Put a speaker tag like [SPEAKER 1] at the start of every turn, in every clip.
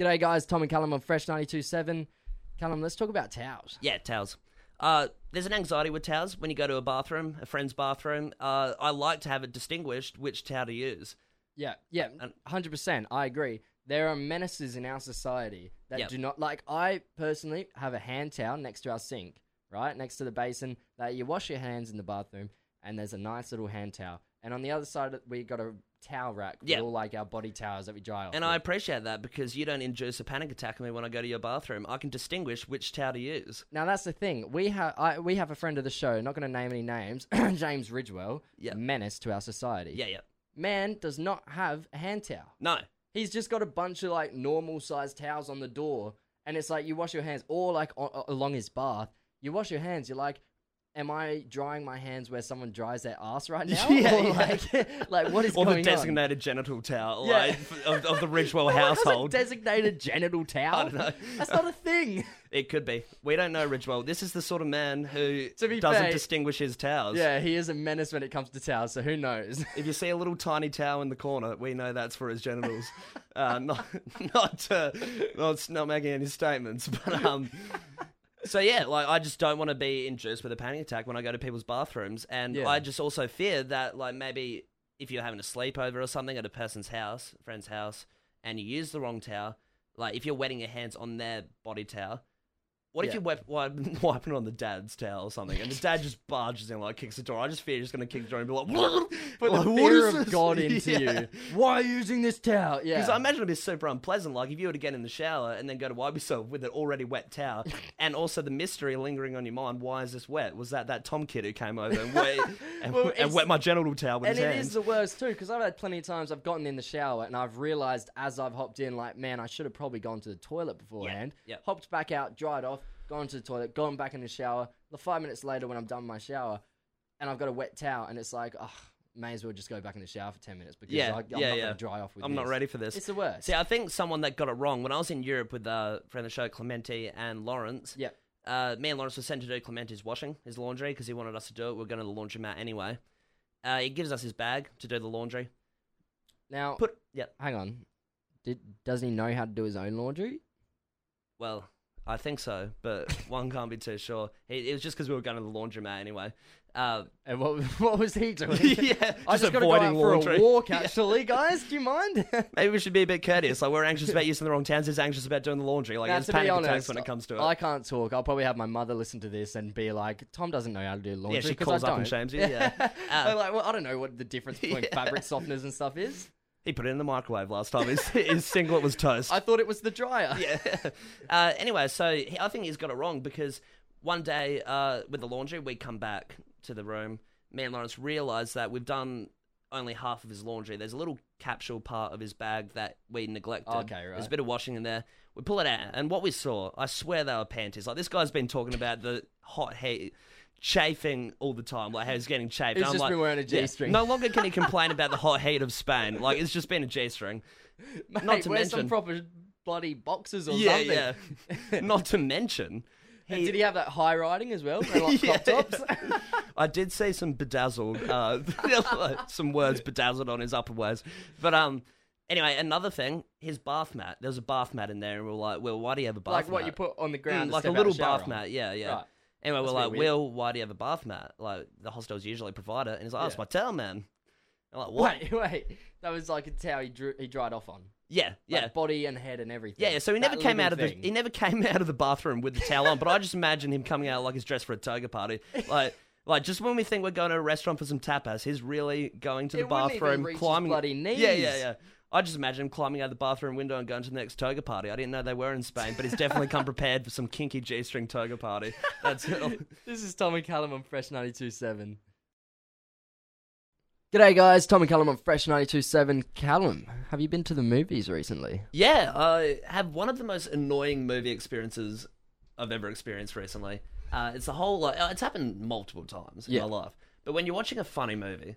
[SPEAKER 1] G'day, guys. Tom and Callum on Fresh 92.7. Callum, let's talk about towels.
[SPEAKER 2] Yeah, towels. Uh, there's an anxiety with towels when you go to a bathroom, a friend's bathroom. Uh, I like to have it distinguished which towel to use.
[SPEAKER 1] Yeah, yeah,
[SPEAKER 2] Uh, And-
[SPEAKER 1] 100%. I agree. There are menaces in our society that
[SPEAKER 2] Yep.
[SPEAKER 1] do not like. I personally have a hand towel next to our sink, right? Next to the basin that you wash your hands in the bathroom, and there's a nice little hand towel. And on the other side, we got a towel rack with
[SPEAKER 2] Yep.
[SPEAKER 1] all like our body towels that we dry off.
[SPEAKER 2] And I
[SPEAKER 1] with.
[SPEAKER 2] appreciate that because you don't induce a panic attack on me when I go to your bathroom. I can distinguish which towel to use.
[SPEAKER 1] Now that's the thing. We have I, we have a friend of the show. Not going to name any names. James Ridgewell,
[SPEAKER 2] Yep.
[SPEAKER 1] menace to our society.
[SPEAKER 2] Yeah, yeah.
[SPEAKER 1] Man does not have a hand towel.
[SPEAKER 2] No.
[SPEAKER 1] He's just got a bunch of like normal sized towels on the door, and it's like you wash your hands, or like o- along his bath, you wash your hands. You're like, am I drying my hands where someone dries their ass right now?
[SPEAKER 2] Yeah,
[SPEAKER 1] or
[SPEAKER 2] yeah.
[SPEAKER 1] like, like what is
[SPEAKER 2] Or
[SPEAKER 1] going
[SPEAKER 2] the
[SPEAKER 1] on?
[SPEAKER 2] designated genital towel
[SPEAKER 1] Yeah.
[SPEAKER 2] like, f- of, of the Ridgewell
[SPEAKER 1] No one has
[SPEAKER 2] household.
[SPEAKER 1] a designated genital towel.
[SPEAKER 2] I don't know.
[SPEAKER 1] That's not a thing.
[SPEAKER 2] it could be. We don't know Ridgewell. This is the sort of man who
[SPEAKER 1] To be
[SPEAKER 2] doesn't
[SPEAKER 1] fair-
[SPEAKER 2] distinguish his towels.
[SPEAKER 1] yeah, he is a menace when it comes to towels. So who knows?
[SPEAKER 2] If you see a little tiny towel in the corner, we know that's for his genitals. uh, not, not, uh, not, not making any statements, but um. So yeah, like I just don't want to be induced with a panic attack when I go to people's bathrooms, and
[SPEAKER 1] Yeah.
[SPEAKER 2] I just also fear that like maybe if you're having a sleepover or something at a person's house, friend's house, and you use the wrong towel, like if you're wetting your hands on their body towel. What if
[SPEAKER 1] Yeah.
[SPEAKER 2] you wet, wipe, wiping on the dad's towel or something, and the dad just barges in like kicks the door? I just fear he's gonna kick the door and be like,
[SPEAKER 1] Put
[SPEAKER 2] Like,
[SPEAKER 1] the
[SPEAKER 2] what
[SPEAKER 1] fear
[SPEAKER 2] is
[SPEAKER 1] of
[SPEAKER 2] this?
[SPEAKER 1] God into
[SPEAKER 2] Yeah.
[SPEAKER 1] you. Why are you using this towel? Yeah.
[SPEAKER 2] Because I imagine it'd be super unpleasant. Like if you were to get in the shower and then go to wipe yourself with an already wet towel, and also the mystery lingering on your mind: why is this wet? Was that that Tom kid who came over and, wet, and,
[SPEAKER 1] Well,
[SPEAKER 2] and
[SPEAKER 1] it's-
[SPEAKER 2] wet my genital towel with
[SPEAKER 1] and
[SPEAKER 2] his
[SPEAKER 1] it
[SPEAKER 2] hands?
[SPEAKER 1] is the worst too, because I've had plenty of times I've gotten in the shower and I've realized as I've hopped in, like, man, I should have probably gone to the toilet beforehand.
[SPEAKER 2] yeah.
[SPEAKER 1] Hopped back out, dried off, gone to the toilet, gone back in the shower. The five minutes later, when I'm done with my shower, and I've got a wet towel, and it's like, oh, may as well just go back in the shower for ten minutes because
[SPEAKER 2] Yeah,
[SPEAKER 1] I, I'm
[SPEAKER 2] yeah,
[SPEAKER 1] not
[SPEAKER 2] yeah.
[SPEAKER 1] gonna dry off with.
[SPEAKER 2] I'm not
[SPEAKER 1] this.
[SPEAKER 2] ready for this.
[SPEAKER 1] It's the worst.
[SPEAKER 2] See, I think someone that got it wrong when I was in Europe with uh, friend of the show Clemente and Lawrence.
[SPEAKER 1] Yep.
[SPEAKER 2] Uh, me and Lawrence were sent to do Clemente's washing, his laundry, because he wanted us to do it. We are going to the laundromat anyway. Uh, he gives us his bag to do the laundry.
[SPEAKER 1] Now,
[SPEAKER 2] Put yeah.
[SPEAKER 1] hang on. Did, doesn't he know how to do his own laundry?
[SPEAKER 2] Well, I think so, but one can't be too sure. It, it was just because we were going to the laundromat anyway. Uh,
[SPEAKER 1] And what, what was he doing?
[SPEAKER 2] yeah,
[SPEAKER 1] I just, got to go out for a walk, actually, guys. Do you mind?
[SPEAKER 2] Maybe we should be a bit courteous. Like we're anxious about using the wrong towns. He's anxious about doing the laundry. Like
[SPEAKER 1] Now,
[SPEAKER 2] it's
[SPEAKER 1] to be
[SPEAKER 2] panic
[SPEAKER 1] honest,
[SPEAKER 2] attacks when it comes to it.
[SPEAKER 1] I can't talk. I'll probably have my mother listen to this and be like, "Tom doesn't know how to do laundry."
[SPEAKER 2] yeah, she
[SPEAKER 1] 'cause I
[SPEAKER 2] calls up
[SPEAKER 1] don't."
[SPEAKER 2] and shames you. Yeah,
[SPEAKER 1] They're
[SPEAKER 2] Uh,
[SPEAKER 1] like, well, I don't know what the difference between
[SPEAKER 2] Yeah.
[SPEAKER 1] fabric softeners and stuff is.
[SPEAKER 2] he put it in the microwave last time. His, his singlet was toast.
[SPEAKER 1] I thought it was the dryer.
[SPEAKER 2] yeah. Uh, anyway, so he, I think he's got it wrong because one day uh, with the laundry, we come back to the room. Me and Lawrence realise that we've done only half of his laundry. There's a little capsule part of his bag that we neglected.
[SPEAKER 1] Okay, right.
[SPEAKER 2] There's a bit of washing in there. We pull it out, and what we saw, I swear they were panties. Like this guy's been talking about the hot heat. Chafing all the time, like how he's getting chafed.
[SPEAKER 1] He's
[SPEAKER 2] I'm
[SPEAKER 1] just
[SPEAKER 2] like,
[SPEAKER 1] been wearing a
[SPEAKER 2] yeah,
[SPEAKER 1] G-string.
[SPEAKER 2] No longer can he complain about the hot heat of Spain. Like it's just been a G-string.
[SPEAKER 1] Mate,
[SPEAKER 2] Not to
[SPEAKER 1] wear some
[SPEAKER 2] mention-
[SPEAKER 1] proper bloody boxes or
[SPEAKER 2] Yeah,
[SPEAKER 1] something.
[SPEAKER 2] yeah. Not to mention,
[SPEAKER 1] And did he have that high riding as well? They're like crop
[SPEAKER 2] Yeah.
[SPEAKER 1] tops.
[SPEAKER 2] I did see some bedazzled, uh, some words bedazzled on his upper ways. But um, anyway, another thing, his bath mat. There was a bath mat in there, and we were like, "Well, why do you have a bath
[SPEAKER 1] like
[SPEAKER 2] mat?"
[SPEAKER 1] what you put on the ground,
[SPEAKER 2] Mm,
[SPEAKER 1] to
[SPEAKER 2] like a
[SPEAKER 1] step out
[SPEAKER 2] little
[SPEAKER 1] of shower
[SPEAKER 2] bath
[SPEAKER 1] on.
[SPEAKER 2] mat. Yeah, yeah.
[SPEAKER 1] Right.
[SPEAKER 2] Anyway,
[SPEAKER 1] That's
[SPEAKER 2] we're
[SPEAKER 1] a bit
[SPEAKER 2] like,
[SPEAKER 1] weird.
[SPEAKER 2] "Will, why do you have a bath mat?" Like the hostels usually provide it, and he's like, "Oh, it's
[SPEAKER 1] Yeah.
[SPEAKER 2] my towel, man." I'm like, "What?"
[SPEAKER 1] Wait, wait. That was like a towel he, drew, he dried off on.
[SPEAKER 2] Yeah, yeah.
[SPEAKER 1] Like body and head and everything.
[SPEAKER 2] yeah, yeah, so he
[SPEAKER 1] That
[SPEAKER 2] never came
[SPEAKER 1] little
[SPEAKER 2] out of
[SPEAKER 1] thing.
[SPEAKER 2] the he never came out of the bathroom with the towel on, but I just imagine him coming out like he's dressed for a toga party. Like like just when we think we're going to a restaurant for some tapas, he's really going to
[SPEAKER 1] It
[SPEAKER 2] the
[SPEAKER 1] wouldn't even
[SPEAKER 2] bathroom,
[SPEAKER 1] reach his
[SPEAKER 2] climbing
[SPEAKER 1] bloody
[SPEAKER 2] Yeah,
[SPEAKER 1] knees.
[SPEAKER 2] yeah, yeah. I just imagine him climbing out of the bathroom window and going to the next toga party. I didn't know they were in Spain, but he's definitely come prepared for some kinky G string toga party. That's it.
[SPEAKER 1] This is Tom and Callum on Fresh 92.7. G'day, guys. Tom and Callum on Fresh 92.7. Callum, have you been to the movies recently?
[SPEAKER 2] Yeah, I have one of the most annoying movie experiences I've ever experienced recently. Uh, it's the whole like uh, it's happened multiple times in
[SPEAKER 1] Yeah.
[SPEAKER 2] my life. But when you're watching a funny movie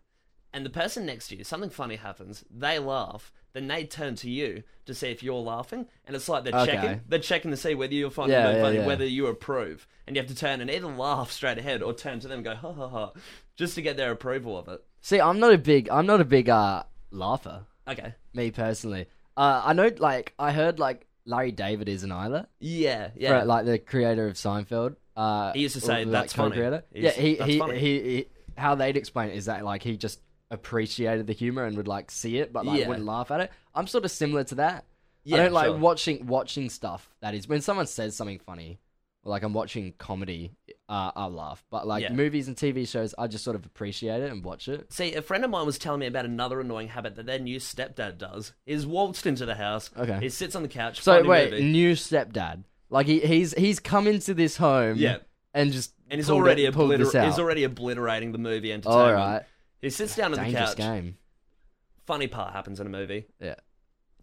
[SPEAKER 2] and the person next to you, something funny happens, they laugh, then they turn to you to see if you're laughing, and it's like they're
[SPEAKER 1] Okay.
[SPEAKER 2] checking, they're checking to see whether you're finding
[SPEAKER 1] Yeah,
[SPEAKER 2] it
[SPEAKER 1] yeah,
[SPEAKER 2] funny,
[SPEAKER 1] yeah.
[SPEAKER 2] whether you approve, and you have to turn and either laugh straight ahead or turn to them and go ha ha ha, just to get their approval of it.
[SPEAKER 1] See, I'm not a big, I'm not a big uh, laugher,
[SPEAKER 2] Okay,
[SPEAKER 1] me personally. Uh, I know, like, I heard, like, Larry David is an either.
[SPEAKER 2] Yeah, yeah.
[SPEAKER 1] Right, like the creator of Seinfeld. Uh,
[SPEAKER 2] He used to
[SPEAKER 1] or
[SPEAKER 2] say,
[SPEAKER 1] the,
[SPEAKER 2] "That's funny."
[SPEAKER 1] co-creator.
[SPEAKER 2] He
[SPEAKER 1] yeah,
[SPEAKER 2] used to-
[SPEAKER 1] he,
[SPEAKER 2] "That's
[SPEAKER 1] he,
[SPEAKER 2] funny."
[SPEAKER 1] he he how they'd explain it is that like he just appreciated the humor and would like see it, but like
[SPEAKER 2] Yeah.
[SPEAKER 1] wouldn't laugh at it. I'm sort of similar to that.
[SPEAKER 2] Yeah,
[SPEAKER 1] I don't like
[SPEAKER 2] sure.
[SPEAKER 1] watching watching stuff that is when someone says something funny. or, Like I'm watching comedy, uh, I laugh. But like
[SPEAKER 2] Yeah.
[SPEAKER 1] movies and TV shows, I just sort of appreciate it and watch it.
[SPEAKER 2] See, a friend of mine was telling me about another annoying habit that their new stepdad does. He's waltzed into the house.
[SPEAKER 1] Okay.
[SPEAKER 2] He sits on the couch.
[SPEAKER 1] So
[SPEAKER 2] finding
[SPEAKER 1] wait,
[SPEAKER 2] movie.
[SPEAKER 1] new stepdad. Like he, he's he's come into this home,
[SPEAKER 2] Yeah.
[SPEAKER 1] and just
[SPEAKER 2] and he's
[SPEAKER 1] pulled
[SPEAKER 2] already
[SPEAKER 1] it, pulled this
[SPEAKER 2] obliter-
[SPEAKER 1] out.
[SPEAKER 2] he's already obliterating the movie entertainment.
[SPEAKER 1] all right,
[SPEAKER 2] He sits down on the
[SPEAKER 1] dangerous
[SPEAKER 2] couch.
[SPEAKER 1] game.
[SPEAKER 2] Funny part happens in a movie.
[SPEAKER 1] Yeah,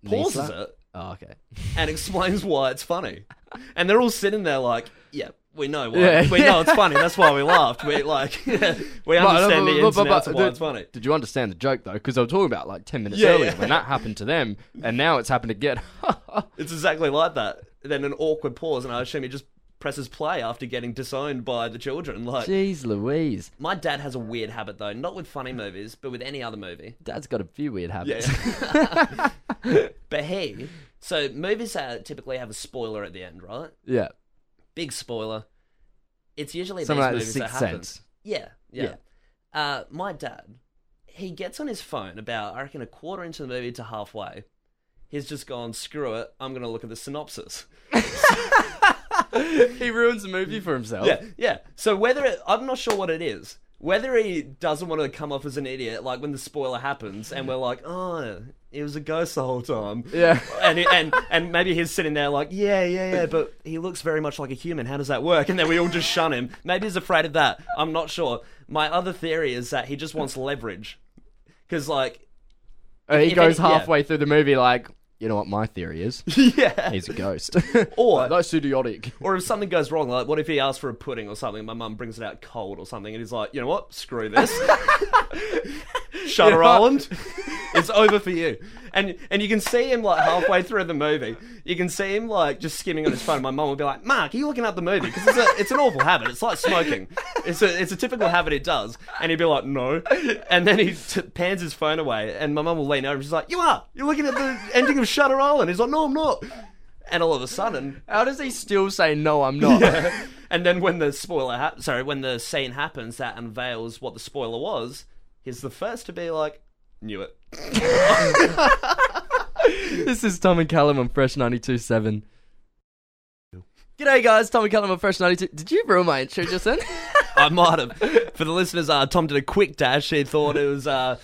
[SPEAKER 2] Pauses
[SPEAKER 1] Nisla?
[SPEAKER 2] it
[SPEAKER 1] Oh, okay.
[SPEAKER 2] and explains why it's funny. And they're all sitting there like, yeah, we know why.
[SPEAKER 1] Yeah.
[SPEAKER 2] We know it's funny. That's why we laughed. We like we understand the ins and outs of why
[SPEAKER 1] the-
[SPEAKER 2] it's funny.
[SPEAKER 1] Did you understand the joke though? Because I was talking about like ten minutes
[SPEAKER 2] Yeah,
[SPEAKER 1] earlier
[SPEAKER 2] yeah.
[SPEAKER 1] when that happened to them, and now it's happened again.
[SPEAKER 2] It's exactly like that. Then an awkward pause, and I assume he just presses play after getting disowned by the children. Like
[SPEAKER 1] Jeez, Louise,
[SPEAKER 2] my dad has a weird habit though, not with funny movies, but with any other movie.
[SPEAKER 1] Dad's got a few weird habits.
[SPEAKER 2] Yeah. but hey, so movies uh, typically have a spoiler at the end, right?
[SPEAKER 1] Yeah,
[SPEAKER 2] Big spoiler. It's usually
[SPEAKER 1] something
[SPEAKER 2] these
[SPEAKER 1] like the
[SPEAKER 2] movies that
[SPEAKER 1] Sixth
[SPEAKER 2] happen.
[SPEAKER 1] Sense.
[SPEAKER 2] Yeah, yeah. Uh, my dad, he gets on his phone about I reckon a quarter into the movie to halfway. He's just gone. Screw it. I'm gonna look at the synopsis.
[SPEAKER 1] he ruins the movie for himself.
[SPEAKER 2] Yeah, yeah. So whether it, I'm not sure what it is. Whether he doesn't want to come off as an idiot, like when the spoiler happens, and we're like, oh, it was a ghost the whole time.
[SPEAKER 1] Yeah.
[SPEAKER 2] And he, and and maybe he's sitting there like, yeah, yeah, yeah, but he looks very much like a human. How does that work? And then we all just shun him. Maybe he's afraid of that. I'm not sure. My other theory is that he just wants leverage, because like,
[SPEAKER 1] Uh, he
[SPEAKER 2] If
[SPEAKER 1] goes
[SPEAKER 2] any- yeah.
[SPEAKER 1] halfway through the movie like, you know what my theory is?
[SPEAKER 2] yeah.
[SPEAKER 1] He's a ghost.
[SPEAKER 2] Or-
[SPEAKER 1] that's idiotic.
[SPEAKER 2] Or if something goes wrong, like what if he asks for a pudding or something, my mum brings it out cold or something, and he's like, you know what, screw this. Shutter
[SPEAKER 1] Yeah.
[SPEAKER 2] Island, it's over for you. And and you can see him like halfway through the movie, you can see him like just skimming on his phone. My mum will be like, Mark, are you looking up the movie? Because it's, a- it's an awful habit. It's like smoking. It's a it's a typical habit it does. And he'd be like, no. And then he t- pans his phone away, and my mum will lean over. and She's like, you are. You're looking at the ending of Shutter Island. He's like, no, I'm not. And all of a sudden,
[SPEAKER 1] How does he still say no? I'm not.
[SPEAKER 2] and then when the spoiler, hap sorry, when the scene happens that unveils what the spoiler was, he's the first to be like, "Knew it."
[SPEAKER 1] This is Tom and Callum on Fresh 92.7. G'day, guys. Tom and Callum on Fresh 92. Did you ruin my intro just then?
[SPEAKER 2] I might have. For the listeners, uh, Tom did a quick dash. He thought it was. Uh,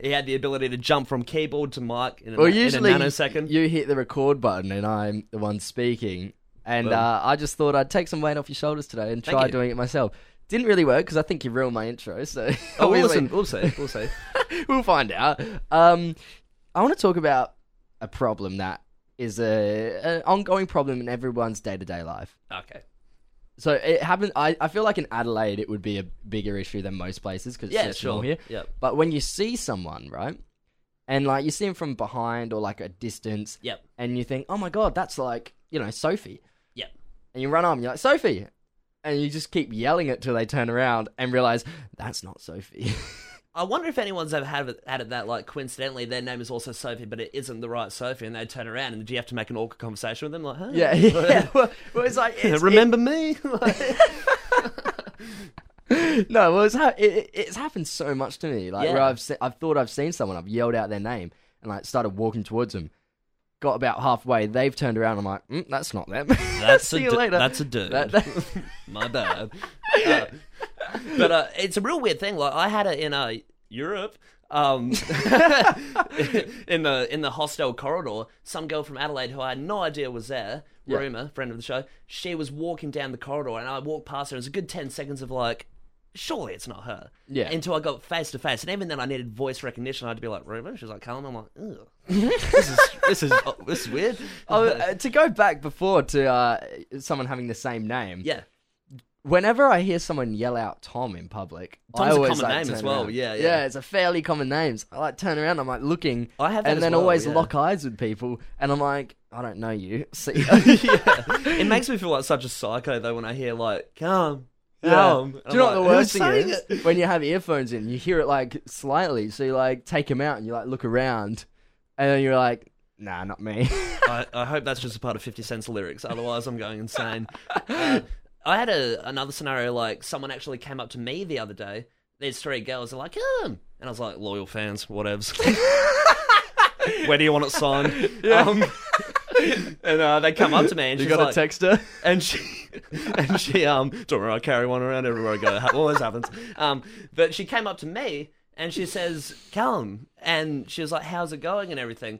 [SPEAKER 2] he had the ability to jump from keyboard to mic in a,
[SPEAKER 1] well,
[SPEAKER 2] in a
[SPEAKER 1] usually
[SPEAKER 2] nanosecond.
[SPEAKER 1] you hit the record button and I'm the one speaking. And
[SPEAKER 2] Well.
[SPEAKER 1] uh, I just thought I'd take some weight off your shoulders today and try
[SPEAKER 2] you.
[SPEAKER 1] doing it myself. Didn't really work because I think you ruined my intro. So
[SPEAKER 2] oh, we'll
[SPEAKER 1] obviously-
[SPEAKER 2] listen. We'll see. We'll see.
[SPEAKER 1] we'll find out. Um, I want to talk about a problem that is a an ongoing problem in everyone's day to day life.
[SPEAKER 2] Okay.
[SPEAKER 1] So it happens. I, I feel like in Adelaide it would be a bigger issue than most places because it's
[SPEAKER 2] Yeah,
[SPEAKER 1] so small
[SPEAKER 2] sure.
[SPEAKER 1] here.
[SPEAKER 2] Yep.
[SPEAKER 1] But when you see someone, right, and like you see them from behind or like a distance,
[SPEAKER 2] Yep.
[SPEAKER 1] and you think, oh my god, that's like you know Sophie,
[SPEAKER 2] Yep.
[SPEAKER 1] and you run on, you're like Sophie, and you just keep yelling it till they turn around and realize that's not Sophie.
[SPEAKER 2] I wonder if anyone's ever had it, had it that like coincidentally their name is also Sophie, but it isn't the right Sophie, and they turn around and do you have to make an awkward conversation with them? Like, huh?
[SPEAKER 1] yeah, yeah. well, well, it's like it's,
[SPEAKER 2] remember me?
[SPEAKER 1] no, well, it's ha- it, it- it's happened so much to me. Like where
[SPEAKER 2] Yeah.
[SPEAKER 1] I've se- I've thought I've seen someone, I've yelled out their name, and like started walking towards them. Got about halfway, they've turned around. I'm like, mm, that's not them.
[SPEAKER 2] that's a
[SPEAKER 1] See you
[SPEAKER 2] du-
[SPEAKER 1] later.
[SPEAKER 2] that's a dude.
[SPEAKER 1] That- that-
[SPEAKER 2] My bad. Uh, but uh, it's a real weird thing. Like I had it in uh, Europe. Um, in the in the hostel corridor, some girl from Adelaide who I had no idea was there,
[SPEAKER 1] Yeah.
[SPEAKER 2] rumor friend of the show, she was walking down the corridor, and I walked past her. It was a good ten seconds of like, surely it's not her.
[SPEAKER 1] Yeah.
[SPEAKER 2] Until I got face to face, and even then I needed voice recognition. I had to be like, rumor. She was like, Callum. I'm like, Ew. this is this is oh, this is weird.
[SPEAKER 1] oh, uh, to go back before to uh, someone having the same name.
[SPEAKER 2] yeah.
[SPEAKER 1] Whenever I hear someone yell out Tom in public, I
[SPEAKER 2] Tom's a
[SPEAKER 1] always,
[SPEAKER 2] common
[SPEAKER 1] like,
[SPEAKER 2] name as
[SPEAKER 1] turn
[SPEAKER 2] well,
[SPEAKER 1] around.
[SPEAKER 2] yeah, yeah.
[SPEAKER 1] yeah, it's a fairly common name. So I like turn around. I'm like looking.
[SPEAKER 2] I have that
[SPEAKER 1] and
[SPEAKER 2] as
[SPEAKER 1] then
[SPEAKER 2] well,
[SPEAKER 1] always
[SPEAKER 2] yeah.
[SPEAKER 1] lock eyes with people, and I'm like, I don't know you. See.
[SPEAKER 2] yeah. It makes me feel like such a psycho though when I hear like come.
[SPEAKER 1] Yeah.
[SPEAKER 2] come.
[SPEAKER 1] Do
[SPEAKER 2] I'm
[SPEAKER 1] you know what
[SPEAKER 2] like,
[SPEAKER 1] the
[SPEAKER 2] "Who's
[SPEAKER 1] worst thing
[SPEAKER 2] saying
[SPEAKER 1] is?
[SPEAKER 2] it?"
[SPEAKER 1] When you have earphones in, you hear it like slightly. So you like take them out and you like look around, and then you're like, Nah, not me.
[SPEAKER 2] I, I hope that's just a part of 50 Cent's lyrics. Otherwise, I'm going insane. Uh, I had a, another scenario like someone actually came up to me the other day. These three girls are like, um, and I was like, loyal fans, whatevs. Where do you want it signed? Um, and uh, they come up to me and
[SPEAKER 1] you
[SPEAKER 2] she's
[SPEAKER 1] got a
[SPEAKER 2] like,
[SPEAKER 1] texter?
[SPEAKER 2] and she and she um don't worry, I carry one around everywhere I go. It always happens. Um, but she came up to me and she says, "Callum," and she was like, "How's it going?" and everything.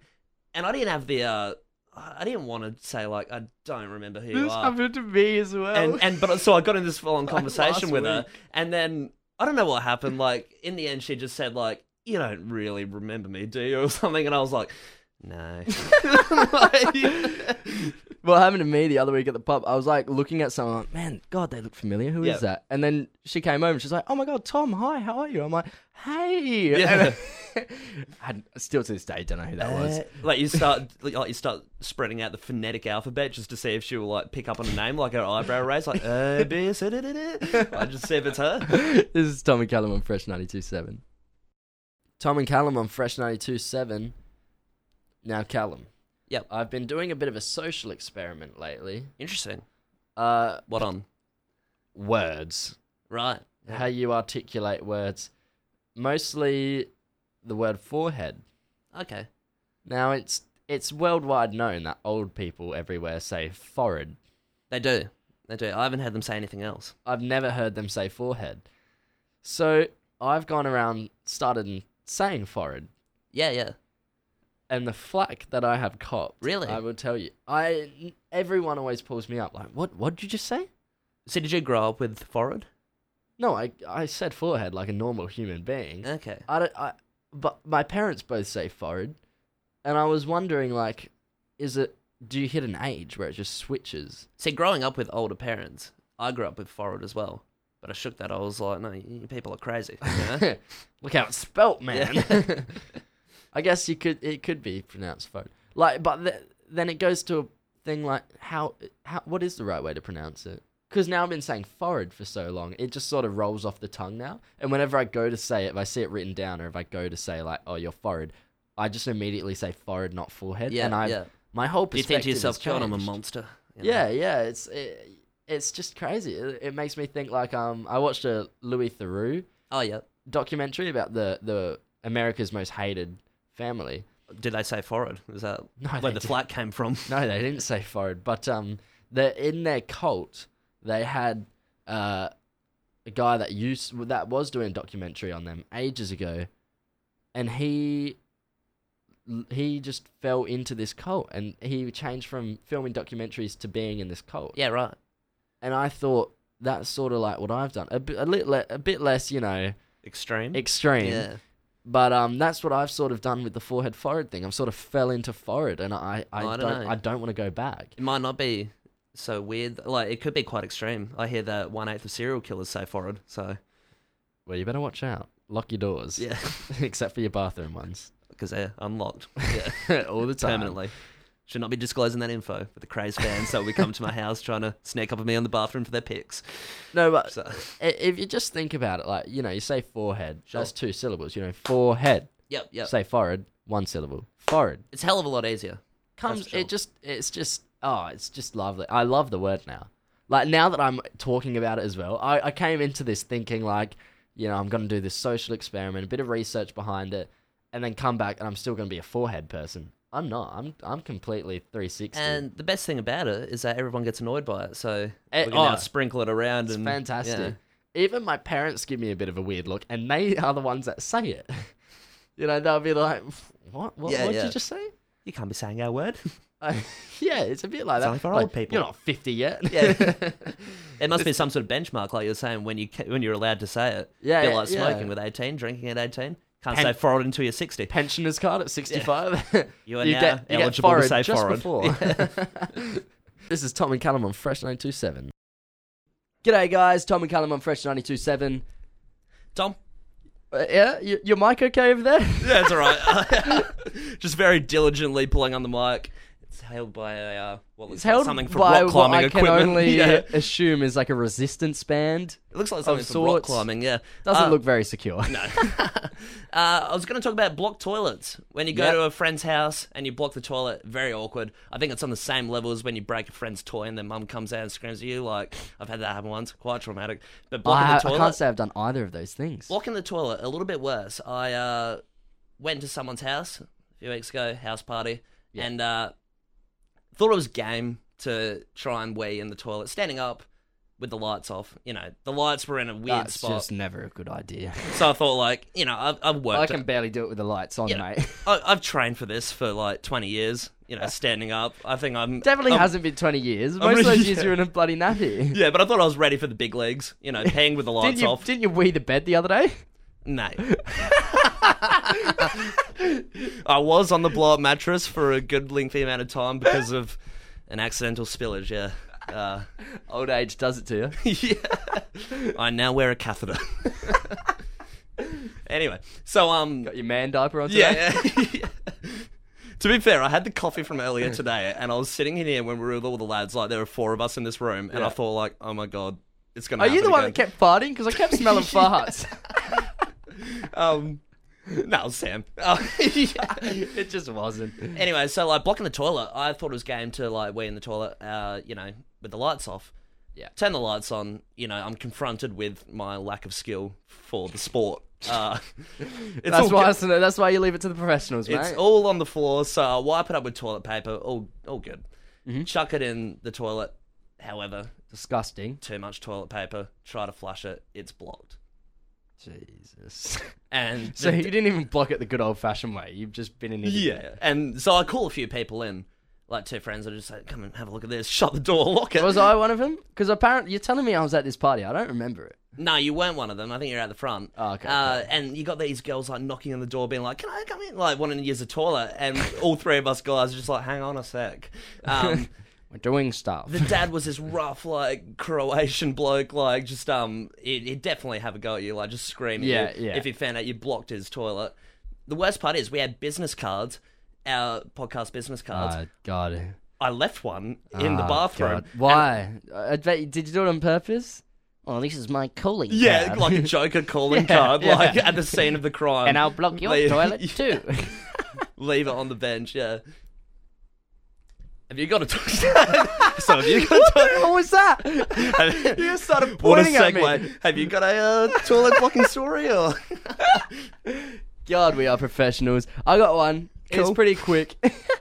[SPEAKER 2] And I didn't have the uh, I didn't want to say like I don't remember who you
[SPEAKER 1] This
[SPEAKER 2] are.
[SPEAKER 1] happened to me as well.
[SPEAKER 2] And and but so I got in this full on conversation
[SPEAKER 1] last
[SPEAKER 2] with her, and then I don't know what happened. Like in the end, she just said like, "You don't really remember me, do you?" or something. And I was like, "No."
[SPEAKER 1] Well, it happened to me the other week at the pub. I was like looking at someone, like, man, God, they look familiar. Who is
[SPEAKER 2] Yeah.
[SPEAKER 1] that? And then she came over and she's like, oh my God, Tom, hi, how are you? I'm like, hey.
[SPEAKER 2] Yeah.
[SPEAKER 1] And I, I still to this day don't know who that was.
[SPEAKER 2] Like you start, like you start spreading out the phonetic alphabet just to see if she will like pick up on a name, like her eyebrow raise, like A B C D D D. I just see if it's her.
[SPEAKER 1] this is Tom and Callum on Fresh 92.7. Tom and Callum on Fresh 92.7. Now, Callum.
[SPEAKER 2] Yep.
[SPEAKER 1] I've been doing a bit of a social experiment lately.
[SPEAKER 2] Interesting.
[SPEAKER 1] Uh,
[SPEAKER 2] What on?
[SPEAKER 1] words.
[SPEAKER 2] Right.
[SPEAKER 1] How you articulate words. Mostly the word forehead.
[SPEAKER 2] Okay.
[SPEAKER 1] Now it's it's worldwide known that old people everywhere say forehead.
[SPEAKER 2] They do. They do. I haven't had them say anything else.
[SPEAKER 1] I've never heard them say forehead. So I've gone around started saying forehead.
[SPEAKER 2] Yeah. Yeah.
[SPEAKER 1] And the flack that I have caught,
[SPEAKER 2] Really?
[SPEAKER 1] I will tell you. I everyone always pulls me up like, what? What did you just say?
[SPEAKER 2] So did you grow up with forehead?
[SPEAKER 1] No, I I said forehead like a normal human being.
[SPEAKER 2] Okay.
[SPEAKER 1] I don't. I, but my parents both say forehead, and I was wondering like, is it? Do you hit an age where it just switches?
[SPEAKER 2] See, growing up with older parents, I grew up with forehead as well. But I shook that. I was like, no, you people are crazy. you know?
[SPEAKER 1] Look how it's spelt, man.
[SPEAKER 2] Uh-huh. Yeah.
[SPEAKER 1] I guess you could. It could be pronounced phone. Like, but th- then it goes to a thing like how how what is the right way to pronounce it? Because now I've been saying forward for so long, it just sort of rolls off the tongue now. And whenever I go to say it, if I see it written down, or if I go to say like, "Oh, you're forward," I just immediately say forward, not forehead.
[SPEAKER 2] Yeah,
[SPEAKER 1] and I,
[SPEAKER 2] yeah.
[SPEAKER 1] my whole
[SPEAKER 2] you
[SPEAKER 1] perspective
[SPEAKER 2] think to yourself,
[SPEAKER 1] has
[SPEAKER 2] God, I'm a
[SPEAKER 1] changed."
[SPEAKER 2] monster. you know?
[SPEAKER 1] Yeah, yeah, it's it, it's just crazy. It, it makes me think like um, I watched a Louis Theroux
[SPEAKER 2] Oh yeah.
[SPEAKER 1] documentary about the the America's most hated family.
[SPEAKER 2] Did they say forward? Is that
[SPEAKER 1] No,
[SPEAKER 2] where
[SPEAKER 1] they
[SPEAKER 2] the
[SPEAKER 1] didn't.
[SPEAKER 2] flight came from?
[SPEAKER 1] No, they didn't say forward, but um, the in their cult they had uh, a guy that used that was doing a documentary on them ages ago, and he he just fell into this cult and he changed from filming documentaries to being in this cult.
[SPEAKER 2] Yeah, right.
[SPEAKER 1] And I thought that's sort of like what I've done, a bit a, lit, le- a bit less, you know,
[SPEAKER 2] Extreme.
[SPEAKER 1] extreme.
[SPEAKER 2] Mm-hmm. Yeah.
[SPEAKER 1] But um, that's what I've sort of done with the forehead forward thing. I've sort of fell into forward, and I, I,
[SPEAKER 2] Oh, I
[SPEAKER 1] don't,
[SPEAKER 2] don't know.
[SPEAKER 1] I don't want to go back.
[SPEAKER 2] It might not be so weird. Like it could be quite extreme. I hear that one eighth of serial killers say forward. So
[SPEAKER 1] Well, you better watch out. Lock your doors,
[SPEAKER 2] yeah,
[SPEAKER 1] except for your bathroom ones,
[SPEAKER 2] because they're unlocked. Yeah.
[SPEAKER 1] all the time.
[SPEAKER 2] Permanently. Should not be disclosing that info for the craze fans that will come to my house trying to sneak up on me in the bathroom for their pics.
[SPEAKER 1] No, but
[SPEAKER 2] So
[SPEAKER 1] i- if you just think about it, like you know, you say forehead.
[SPEAKER 2] Sure.
[SPEAKER 1] That's two syllables. You know, forehead.
[SPEAKER 2] yep, yep.
[SPEAKER 1] Say forward, one syllable. Forward
[SPEAKER 2] It's a hell of a lot easier.
[SPEAKER 1] comes.
[SPEAKER 2] sure.
[SPEAKER 1] It just, it's just, oh, it's just lovely. I love the word now. Like now that I'm talking about it as well, I, I came into this thinking like, you know, I'm gonna do this social experiment, a bit of research behind it, and then come back, and I'm still gonna be a forehead person. I'm not. I'm I'm completely 360.
[SPEAKER 2] And the best thing about it is that everyone gets annoyed by it. So
[SPEAKER 1] Eh,
[SPEAKER 2] we can now
[SPEAKER 1] oh,
[SPEAKER 2] sprinkle it around.
[SPEAKER 1] It's
[SPEAKER 2] and
[SPEAKER 1] fantastic.
[SPEAKER 2] yeah.
[SPEAKER 1] Even my parents give me a bit of a weird look, and they are the ones that say it. you know, they'll be like, "What? What
[SPEAKER 2] Yeah,
[SPEAKER 1] what'd
[SPEAKER 2] yeah.
[SPEAKER 1] you just say?"
[SPEAKER 2] You can't be saying our word.
[SPEAKER 1] Uh, yeah, it's a bit like
[SPEAKER 2] It's
[SPEAKER 1] that.
[SPEAKER 2] only for
[SPEAKER 1] Like,
[SPEAKER 2] old people.
[SPEAKER 1] You're not fifty yet.
[SPEAKER 2] Yeah. It must be some sort of benchmark, like you're saying, when you ca- when you're allowed to say it.
[SPEAKER 1] Yeah,
[SPEAKER 2] Be
[SPEAKER 1] yeah,
[SPEAKER 2] like
[SPEAKER 1] yeah.
[SPEAKER 2] smoking with 18, drinking at 18.
[SPEAKER 1] Pen-
[SPEAKER 2] Can't say forward until you're 60.
[SPEAKER 1] Pensioners card at sixty-five.
[SPEAKER 2] You are now eligible to
[SPEAKER 1] forward
[SPEAKER 2] say
[SPEAKER 1] just
[SPEAKER 2] forward.
[SPEAKER 1] before. this is Tom and Callum on Fresh 92.7. G'day, guys. Tom and Callum on Fresh 92.7.
[SPEAKER 2] Tom?
[SPEAKER 1] Uh, yeah, y- your mic okay over there?
[SPEAKER 2] Yeah, it's all right. Just very diligently pulling on the mic. It's held by a uh, what looks
[SPEAKER 1] It's
[SPEAKER 2] like
[SPEAKER 1] held
[SPEAKER 2] something for
[SPEAKER 1] by what
[SPEAKER 2] rock climbing
[SPEAKER 1] I can
[SPEAKER 2] equipment.
[SPEAKER 1] only
[SPEAKER 2] yeah.
[SPEAKER 1] uh, assume is like a resistance band.
[SPEAKER 2] It looks like something for rock
[SPEAKER 1] sorts.
[SPEAKER 2] climbing. Yeah,
[SPEAKER 1] Doesn't
[SPEAKER 2] Uh,
[SPEAKER 1] look very secure.
[SPEAKER 2] No. uh, I was going to talk about blocked toilets. When you go
[SPEAKER 1] Yep.
[SPEAKER 2] to a friend's house and you block the toilet, very awkward. I think it's on the same level as when you break a friend's toy and their mum comes out and screams at you. Like, I've had that happen once. Quite traumatic. But blocking
[SPEAKER 1] I,
[SPEAKER 2] the
[SPEAKER 1] I
[SPEAKER 2] toilet.
[SPEAKER 1] can't say I've done either of those things.
[SPEAKER 2] Blocking the toilet, a little bit worse. I uh, went to someone's house a few weeks ago, house party,
[SPEAKER 1] Yeah.
[SPEAKER 2] and uh, thought it was game to try and wee in the toilet, standing up with the lights off. You know, the lights were in a weird
[SPEAKER 1] That's
[SPEAKER 2] spot.
[SPEAKER 1] just never a good idea.
[SPEAKER 2] So I thought, like, you know, I've, I've worked.
[SPEAKER 1] I can barely do it with the lights on,
[SPEAKER 2] uh, Yeah.
[SPEAKER 1] mate.
[SPEAKER 2] I, I've trained for this for like 20 years, you know, standing up. I think I'm.
[SPEAKER 1] Definitely
[SPEAKER 2] Um, I'm-
[SPEAKER 1] hasn't been 20 years. Most of
[SPEAKER 2] really-
[SPEAKER 1] those years you're in a bloody nappy.
[SPEAKER 2] Yeah, but I thought I was ready for the big leagues, you know, paying with the
[SPEAKER 1] Didn't
[SPEAKER 2] lights
[SPEAKER 1] you,
[SPEAKER 2] off.
[SPEAKER 1] didn't you wee the bed the other day?
[SPEAKER 2] No. I was on the blow up mattress for a good lengthy amount of time because of an accidental spillage, yeah. Uh,
[SPEAKER 1] Old age does it to you.
[SPEAKER 2] yeah. I now wear a catheter. anyway, so, um.
[SPEAKER 1] Got your man diaper on today?
[SPEAKER 2] Yeah. yeah. to be fair, I had the coffee from earlier today, and I was sitting in here when we were with all the lads. Like there were four of us in this room, and I
[SPEAKER 1] Yeah.
[SPEAKER 2] thought, like, oh my god, it's gonna.
[SPEAKER 1] Are you
[SPEAKER 2] happen
[SPEAKER 1] the one that
[SPEAKER 2] again.
[SPEAKER 1] kept farting? Because I kept smelling farts.
[SPEAKER 2] Um, no, Sam. Oh, yeah.
[SPEAKER 1] it just wasn't.
[SPEAKER 2] Anyway, so like blocking the toilet, I thought it was game to like wee in the toilet. Uh, you know, with the lights off.
[SPEAKER 1] Yeah.
[SPEAKER 2] Turn the lights on. You know, I'm confronted with my lack of skill for the sport. Uh, it's all
[SPEAKER 1] That's
[SPEAKER 2] go-
[SPEAKER 1] why, that's why you leave it to the professionals, mate.
[SPEAKER 2] It's all on the floor, so I wipe it up with toilet paper. All all good.
[SPEAKER 1] Mm-hmm.
[SPEAKER 2] Chuck it in the toilet. However,
[SPEAKER 1] Disgusting.
[SPEAKER 2] too much toilet paper. Try to flush it. It's blocked.
[SPEAKER 1] Jesus.
[SPEAKER 2] And
[SPEAKER 1] So you didn't even block it the good old fashioned way. You've just been an idiot.
[SPEAKER 2] yeah. And so I call a few people in, like two friends. I just say, "Come and have a look at this. Shut the door. Lock it."
[SPEAKER 1] Was I one of them? Because apparently you're telling me I was at this party. I don't remember it.
[SPEAKER 2] No, you weren't one of them. I think you're out the front.
[SPEAKER 1] Oh, okay,
[SPEAKER 2] Uh, And you got these girls like knocking on the door, being like, "Can I come in?" Like wanting to use the toilet, and all three of us guys are just like, "Hang on a sec." Um,
[SPEAKER 1] We're doing stuff.
[SPEAKER 2] the dad was this rough, like Croatian bloke, like just um, he'd, he'd definitely have a go at you, like just screaming.
[SPEAKER 1] Yeah, yeah.
[SPEAKER 2] If he found out you blocked his toilet, the worst part is we had business cards, our podcast business cards.
[SPEAKER 1] Oh, God.
[SPEAKER 2] I left one in the
[SPEAKER 1] Oh,
[SPEAKER 2] bathroom.
[SPEAKER 1] God. Why? I bet you- did you do it on purpose? Oh, this is my calling.
[SPEAKER 2] Yeah,
[SPEAKER 1] card.
[SPEAKER 2] like a Joker calling card,
[SPEAKER 1] yeah.
[SPEAKER 2] like at the scene of the crime.
[SPEAKER 1] and I'll block your
[SPEAKER 2] Leave-
[SPEAKER 1] toilet too.
[SPEAKER 2] leave it on the bench. Yeah. Have you got a toilet? so have you got a toilet?
[SPEAKER 1] what was that? you just started
[SPEAKER 2] What a
[SPEAKER 1] pointing at me.
[SPEAKER 2] segue! Have you got a uh, toilet blocking story or?
[SPEAKER 1] God, we are professionals. I got one. It's
[SPEAKER 2] Cool.
[SPEAKER 1] pretty quick.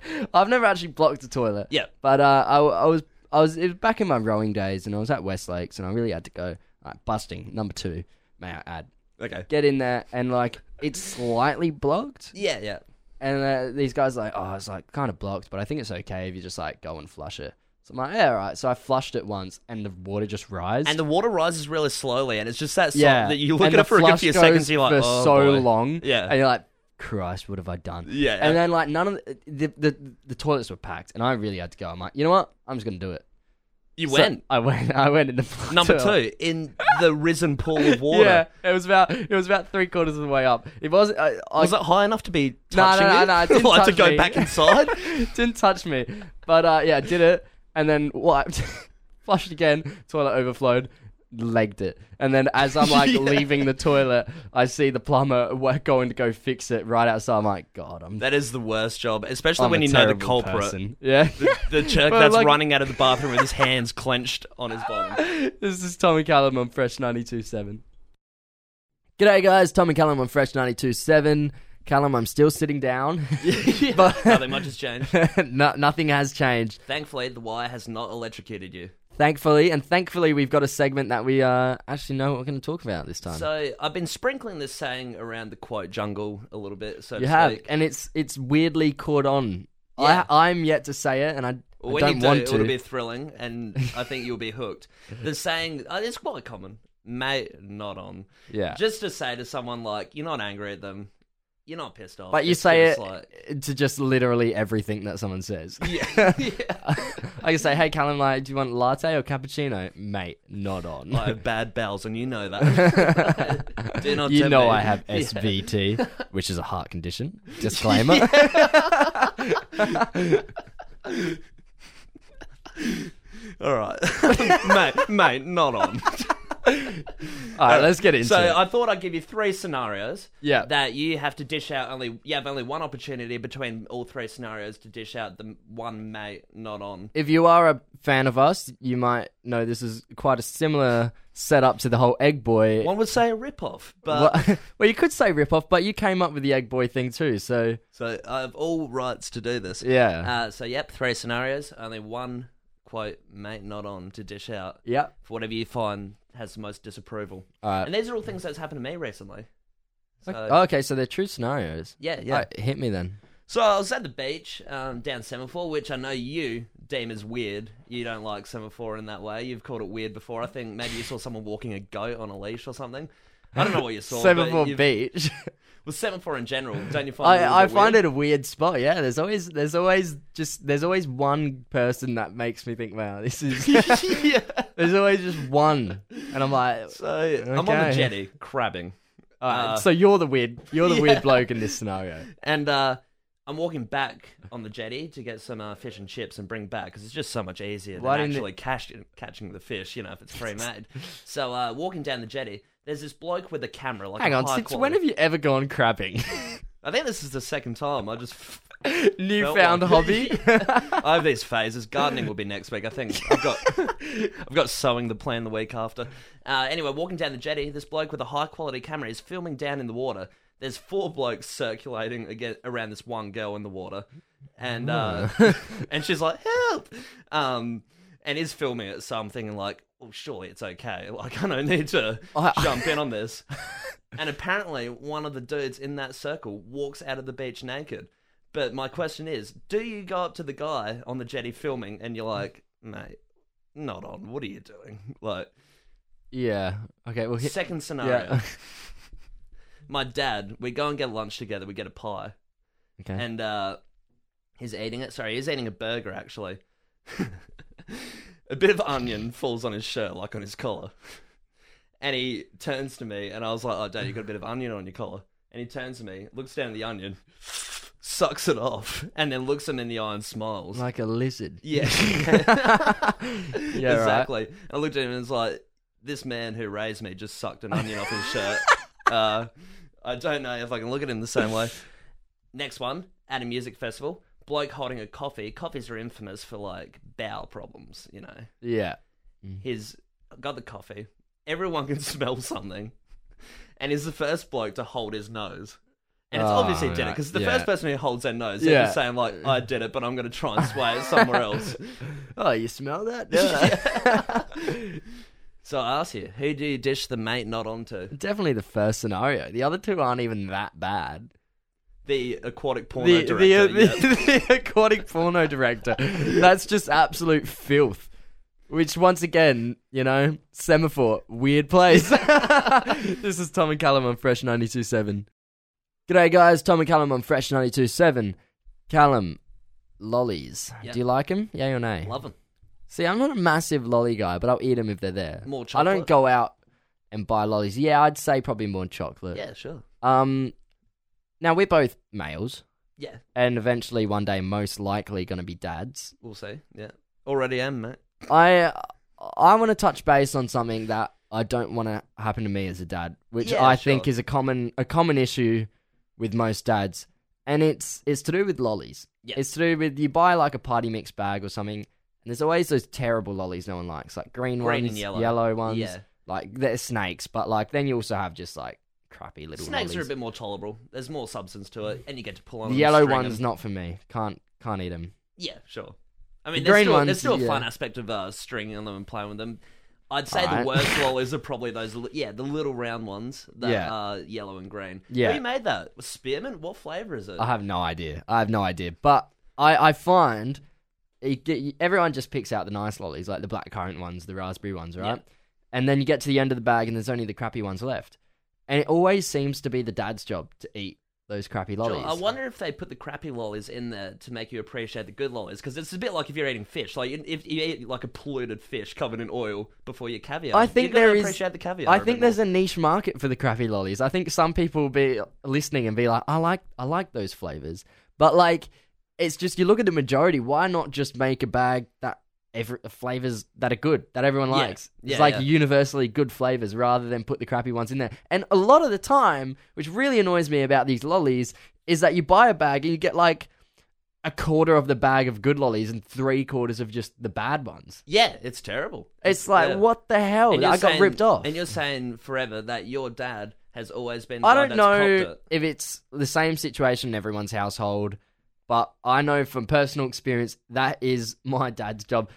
[SPEAKER 1] I've never actually blocked a toilet.
[SPEAKER 2] Yeah.
[SPEAKER 1] But uh, I, I was I was it was back in my rowing days, and I was at Westlakes, and I really had to go like, busting number two. May I add?
[SPEAKER 2] Okay.
[SPEAKER 1] Get in there, and like it's slightly blocked,
[SPEAKER 2] Yeah, yeah.
[SPEAKER 1] and uh, these guys are like, oh, it's like kind of blocked, but I think it's okay if you just like go and flush it. So I'm like, yeah, all right. So I flushed it once, and the water just rised.
[SPEAKER 2] And the water rises really slowly, and it's just that yeah.
[SPEAKER 1] Yeah,
[SPEAKER 2] that you look
[SPEAKER 1] And
[SPEAKER 2] at
[SPEAKER 1] the
[SPEAKER 2] it for a good
[SPEAKER 1] flush
[SPEAKER 2] few
[SPEAKER 1] goes
[SPEAKER 2] seconds, you're like,
[SPEAKER 1] for
[SPEAKER 2] oh,
[SPEAKER 1] so
[SPEAKER 2] boy."
[SPEAKER 1] long,
[SPEAKER 2] Yeah.
[SPEAKER 1] and you're like, Christ, what have I done?
[SPEAKER 2] Yeah.
[SPEAKER 1] and then like none of the the, the the toilets were packed, and I really had to go. I'm like, you know what? I'm just gonna do it.
[SPEAKER 2] You
[SPEAKER 1] So
[SPEAKER 2] went
[SPEAKER 1] I went. I went in the
[SPEAKER 2] number
[SPEAKER 1] toilet.
[SPEAKER 2] two in the risen pool of water.
[SPEAKER 1] Yeah, it was about it was about three quarters of the way up. It was. I, I
[SPEAKER 2] Was it high enough to be
[SPEAKER 1] No, no,
[SPEAKER 2] touching
[SPEAKER 1] no,
[SPEAKER 2] you?
[SPEAKER 1] no, it didn't
[SPEAKER 2] like to
[SPEAKER 1] touch
[SPEAKER 2] go
[SPEAKER 1] me.
[SPEAKER 2] back inside?
[SPEAKER 1] didn't touch me, but uh, yeah, did it, and then wiped, flushed again. Toilet overflowed. Legged it, and then as I'm like
[SPEAKER 2] Yeah.
[SPEAKER 1] leaving the toilet, I see the plumber wa- going to go fix it right outside. I'm like, God, I'm
[SPEAKER 2] that is the worst job, especially
[SPEAKER 1] I'm
[SPEAKER 2] when
[SPEAKER 1] a
[SPEAKER 2] you know the
[SPEAKER 1] terrible
[SPEAKER 2] culprit.
[SPEAKER 1] person. Yeah.
[SPEAKER 2] The, the jerk
[SPEAKER 1] Well,
[SPEAKER 2] that's
[SPEAKER 1] like-
[SPEAKER 2] running out of the bathroom with his hands clenched on his bottom.
[SPEAKER 1] this is Tommy Callum on Fresh 92.7. G'day, guys. Tommy Callum on Fresh 92.7. Callum, I'm still sitting down. But-
[SPEAKER 2] Nothing much has changed.
[SPEAKER 1] no, nothing has changed.
[SPEAKER 2] Thankfully, the wire has not electrocuted you.
[SPEAKER 1] Thankfully, and thankfully, we've got a segment that we uh, actually know what we're going to talk about this time.
[SPEAKER 2] So I've been sprinkling this saying around the quote jungle a little bit. So
[SPEAKER 1] you
[SPEAKER 2] to
[SPEAKER 1] have,
[SPEAKER 2] speak.
[SPEAKER 1] and it's it's weirdly caught on.
[SPEAKER 2] Yeah.
[SPEAKER 1] I, I'm yet to say it, and I, I
[SPEAKER 2] When
[SPEAKER 1] don't
[SPEAKER 2] you do,
[SPEAKER 1] want to.
[SPEAKER 2] it'll be thrilling, and I think you'll be hooked. The saying uh, it's quite common, mate, not on.
[SPEAKER 1] yeah.
[SPEAKER 2] Just to say to someone like, you're not angry at them, you're not pissed off.
[SPEAKER 1] But you
[SPEAKER 2] It's
[SPEAKER 1] say
[SPEAKER 2] just
[SPEAKER 1] it
[SPEAKER 2] like,
[SPEAKER 1] to just literally everything that someone says.
[SPEAKER 2] yeah, yeah.
[SPEAKER 1] I can say, hey, Callum, like, do you want latte or cappuccino? Mate, not on.
[SPEAKER 2] I have bad bowels, and you know that. do not
[SPEAKER 1] you
[SPEAKER 2] tempt
[SPEAKER 1] know
[SPEAKER 2] me.
[SPEAKER 1] I have
[SPEAKER 2] Yeah.
[SPEAKER 1] SVT, which is a heart condition. Disclaimer.
[SPEAKER 2] All right, mate, mate, not on.
[SPEAKER 1] All right, let's get into
[SPEAKER 2] So
[SPEAKER 1] it.
[SPEAKER 2] I thought I'd give you three scenarios.
[SPEAKER 1] Yeah.
[SPEAKER 2] That you have to dish out only. You have only one opportunity between all three scenarios to dish out the one mate not on.
[SPEAKER 1] if you are a fan of us, you might know this is quite a similar setup to the whole Egg Boy.
[SPEAKER 2] One would say a rip-off, but
[SPEAKER 1] Well, well, you could say rip off, but you came up with the Egg Boy thing too. So
[SPEAKER 2] so I have all rights to do this.
[SPEAKER 1] yeah,
[SPEAKER 2] Uh, so yep, three scenarios, only one quote mate not on to dish out
[SPEAKER 1] yeah.
[SPEAKER 2] for whatever you find has the most disapproval.
[SPEAKER 1] All right.
[SPEAKER 2] And these are all things that's happened to me recently. So,
[SPEAKER 1] Uh, okay, so they're true scenarios.
[SPEAKER 2] yeah, yeah.
[SPEAKER 1] Alright, hit me then.
[SPEAKER 2] So I was at the beach um, down Semaphore, which I know you deem as weird. You don't like Semaphore in that way. You've called it weird before. I think maybe you saw someone walking a goat on a leash or something. I don't know what you saw. but
[SPEAKER 1] Semaphore
[SPEAKER 2] you've-
[SPEAKER 1] Beach.
[SPEAKER 2] Well, Semaphore in general, don't you find? it a little
[SPEAKER 1] I, I
[SPEAKER 2] bit
[SPEAKER 1] find
[SPEAKER 2] weird?
[SPEAKER 1] it a weird spot. Yeah, there's always there's always just there's always one person that makes me think, wow, this is.
[SPEAKER 2] yeah.
[SPEAKER 1] there's always just one, and I'm like,
[SPEAKER 2] So I'm on the
[SPEAKER 1] Okay.
[SPEAKER 2] jetty crabbing.
[SPEAKER 1] alright,
[SPEAKER 2] uh,
[SPEAKER 1] so you're the weird you're the
[SPEAKER 2] yeah.
[SPEAKER 1] weird bloke in this scenario.
[SPEAKER 2] And uh, I'm walking back on the jetty to get some uh, fish and chips and bring back because it's just so much easier
[SPEAKER 1] Why
[SPEAKER 2] than
[SPEAKER 1] didn't
[SPEAKER 2] actually catch- catching the fish, you know, if it's pre made. so uh, walking down the jetty, there's this bloke with a camera. Like
[SPEAKER 1] Hang
[SPEAKER 2] a
[SPEAKER 1] on,
[SPEAKER 2] high
[SPEAKER 1] since
[SPEAKER 2] quality-
[SPEAKER 1] when have you ever gone crabbing?
[SPEAKER 2] I think this is the second time. I just.
[SPEAKER 1] Newfound
[SPEAKER 2] like-
[SPEAKER 1] hobby.
[SPEAKER 2] I have these phases. Gardening will be next week. I think I've got I've got sewing the plan the week after. Uh, anyway, walking down the jetty, this bloke with a high quality camera is filming down in the water. There's four blokes circulating again around this one girl in the water, and uh, and she's like help, um, and is filming it. So I'm thinking like, well, surely it's okay. Like I don't need to
[SPEAKER 1] I-
[SPEAKER 2] jump in on this. And apparently, one of the dudes in that circle walks out of the beach naked. But my question is, do you go up to the guy on the jetty filming and you're like, mate, not on, what are you doing? Like,
[SPEAKER 1] yeah. Okay. Well, hit,
[SPEAKER 2] second scenario,
[SPEAKER 1] yeah.
[SPEAKER 2] my dad, we go and get lunch together, we get a pie,
[SPEAKER 1] okay.
[SPEAKER 2] and uh, he's eating it. Sorry, he's eating a burger actually. a bit of onion falls on his shirt, like on his collar. And he turns to me, and I was like, "Oh, Dad, you got a bit of onion on your collar." And he turns to me, looks down at the onion, sucks it off, and then looks him in the eye and smiles.
[SPEAKER 1] like a lizard.
[SPEAKER 2] yeah,
[SPEAKER 1] Yeah, right.
[SPEAKER 2] exactly. I looked at him and was like, "This man who raised me just sucked an onion off his shirt." Uh, I don't know if I can look at him the same way. Next one at a music festival, bloke holding a coffee. Coffees are infamous for like bowel problems, you know.
[SPEAKER 1] Yeah. Mm.
[SPEAKER 2] He's got the coffee. Everyone can smell something, and he's the first bloke to hold his nose. And it's
[SPEAKER 1] Oh,
[SPEAKER 2] obviously did it
[SPEAKER 1] right,
[SPEAKER 2] because the
[SPEAKER 1] yeah.
[SPEAKER 2] first person who holds their nose,
[SPEAKER 1] Yeah.
[SPEAKER 2] they're just saying like, "I did it," but I'm going to try and sway it somewhere else.
[SPEAKER 1] Oh, you smell that?
[SPEAKER 2] So I ask you, who do you dish the mate not onto?
[SPEAKER 1] Definitely the first scenario. The other two aren't even that bad.
[SPEAKER 2] The aquatic porno
[SPEAKER 1] The,
[SPEAKER 2] director.
[SPEAKER 1] the, uh,
[SPEAKER 2] yeah.
[SPEAKER 1] the, the aquatic porno director. That's just absolute filth. Which, once again, you know, semaphore, weird place. this is Tom and Callum on Fresh 92.7. G'day, guys. Tom and Callum on Fresh 92.7. Callum, lollies.
[SPEAKER 2] Yeah.
[SPEAKER 1] Do you like them? Yay or nay?
[SPEAKER 2] Love him.
[SPEAKER 1] See, I'm not a massive lolly guy, but I'll eat them if they're there.
[SPEAKER 2] More
[SPEAKER 1] I don't
[SPEAKER 2] chocolate?
[SPEAKER 1] go out and buy lollies. Yeah, I'd say probably more chocolate.
[SPEAKER 2] Yeah, sure.
[SPEAKER 1] Um, now we're both males,
[SPEAKER 2] Yeah,
[SPEAKER 1] and eventually one day, most likely, going to be dads.
[SPEAKER 2] we'll see. Yeah, already am, mate.
[SPEAKER 1] I I want to touch base on something that I don't want to happen to me as a dad, which
[SPEAKER 2] Yeah,
[SPEAKER 1] I
[SPEAKER 2] sure.
[SPEAKER 1] think is a common a common issue with most dads, and it's it's to do with lollies.
[SPEAKER 2] Yeah.
[SPEAKER 1] It's to do with you buy like a party mix bag or something, and there's always those terrible lollies no one likes, like green,
[SPEAKER 2] Green
[SPEAKER 1] ones,
[SPEAKER 2] and yellow.
[SPEAKER 1] ones.
[SPEAKER 2] Yeah,
[SPEAKER 1] Like they're snakes, but like then you also have just like crappy little
[SPEAKER 2] snakes are a
[SPEAKER 1] lollies.
[SPEAKER 2] bit more tolerable. There's more substance to it, and you get to pull on
[SPEAKER 1] the
[SPEAKER 2] them,
[SPEAKER 1] yellow
[SPEAKER 2] string
[SPEAKER 1] one's
[SPEAKER 2] them.
[SPEAKER 1] not for me. Can't can't eat them.
[SPEAKER 2] Yeah, sure. I mean,
[SPEAKER 1] The
[SPEAKER 2] there's
[SPEAKER 1] green
[SPEAKER 2] still,
[SPEAKER 1] ones,
[SPEAKER 2] there's still a
[SPEAKER 1] yeah.
[SPEAKER 2] fun aspect of uh, stringing them and playing with them. I'd say the
[SPEAKER 1] Alright.
[SPEAKER 2] worst lollies are probably those, li- yeah, the little round ones that
[SPEAKER 1] Yeah.
[SPEAKER 2] are yellow and green.
[SPEAKER 1] Yeah.
[SPEAKER 2] Who made that? Spearmint? What flavour is it?
[SPEAKER 1] I have no idea. I have no idea. But I, I find it, get- everyone just picks out the nice lollies, like the blackcurrant ones, the raspberry ones, right? And then you get to the end of the bag and there's only the crappy ones left. And it always seems to be the dad's job to eat those crappy
[SPEAKER 2] Sure,
[SPEAKER 1] lollies.
[SPEAKER 2] I wonder if they put the crappy lollies in there to make you appreciate the good lollies, because it's a bit like if you're eating fish. Like if you eat like a polluted fish covered in oil before your caviar,
[SPEAKER 1] I think
[SPEAKER 2] you're gonna
[SPEAKER 1] there is-
[SPEAKER 2] appreciate the caviar.
[SPEAKER 1] I
[SPEAKER 2] a
[SPEAKER 1] think
[SPEAKER 2] bit more.
[SPEAKER 1] there's a niche market for the crappy lollies. I think some people will be listening and be like, I like I like those flavors. But like it's just you look at the majority. Why not just make a bag that every the flavors that are good that everyone
[SPEAKER 2] Yeah.
[SPEAKER 1] likes?
[SPEAKER 2] Yeah,
[SPEAKER 1] it's like
[SPEAKER 2] yeah.
[SPEAKER 1] universally good flavors rather than put the crappy ones in there. And a lot of the time, which really annoys me about these lollies, is that you buy a bag and you get like a quarter of the bag of good lollies and three quarters of just the bad ones.
[SPEAKER 2] Yeah, it's terrible.
[SPEAKER 1] It's like
[SPEAKER 2] yeah.
[SPEAKER 1] what the hell?
[SPEAKER 2] And
[SPEAKER 1] I
[SPEAKER 2] you're
[SPEAKER 1] got
[SPEAKER 2] saying-
[SPEAKER 1] ripped off.
[SPEAKER 2] And you're saying forever that your dad has always been. The
[SPEAKER 1] I
[SPEAKER 2] guy
[SPEAKER 1] don't
[SPEAKER 2] that's copped
[SPEAKER 1] know
[SPEAKER 2] it.
[SPEAKER 1] if it's the same situation in everyone's household, but I know from personal experience that is my dad's job.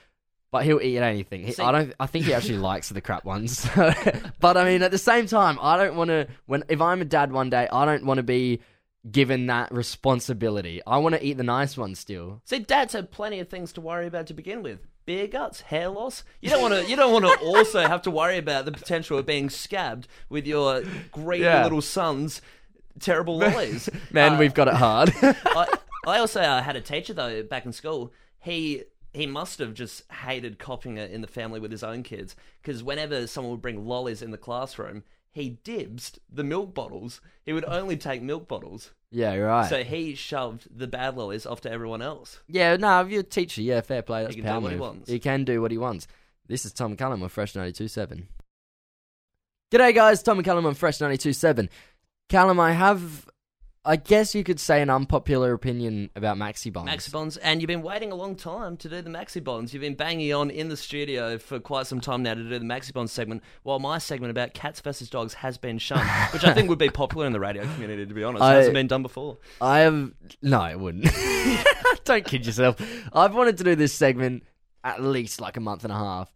[SPEAKER 1] But he'll eat anything. He,
[SPEAKER 2] See-
[SPEAKER 1] I don't. I think he actually likes the crap ones. So- but I mean, at the same time, I don't want to. When if I'm a dad one day, I don't want to be given that responsibility. I want to eat the nice ones still.
[SPEAKER 2] See, dads have plenty of things to worry about to begin with. Beer guts, hair loss. You don't want to. You don't want to also have to worry about the potential of being scabbed with your greedy
[SPEAKER 1] Yeah.
[SPEAKER 2] little son's terrible lollies.
[SPEAKER 1] Man,
[SPEAKER 2] Uh,
[SPEAKER 1] we've got it hard.
[SPEAKER 2] I, I also uh, had a teacher though back in school. He he must have just hated copying it in the family with his own kids because whenever someone would bring lollies in the classroom, he dibsed the milk bottles. He would only take milk bottles,
[SPEAKER 1] yeah, right.
[SPEAKER 2] so he shoved the bad lollies off to everyone else.
[SPEAKER 1] Yeah, no, if you're a teacher, yeah, fair play. That's
[SPEAKER 2] He can do
[SPEAKER 1] power
[SPEAKER 2] what he
[SPEAKER 1] move.
[SPEAKER 2] wants.
[SPEAKER 1] He can do what he wants. This is Tom Cullen with Fresh 92.7. G'day, guys. Tom Cullen on Fresh 92.7. Callum, I have, I guess you could say an unpopular opinion about Maxi Bonds.
[SPEAKER 2] Maxi Bonds, and you've been waiting a long time to do the Maxi Bonds. You've been banging on in the studio for quite some time now to do the Maxi Bonds segment, while my segment about cats versus dogs has been shunned, which I think would be popular in the radio community, to be honest.
[SPEAKER 1] I-
[SPEAKER 2] it hasn't been done before.
[SPEAKER 1] I have, no, it wouldn't. Don't kid yourself. I've wanted to do this segment at least like a month and a half.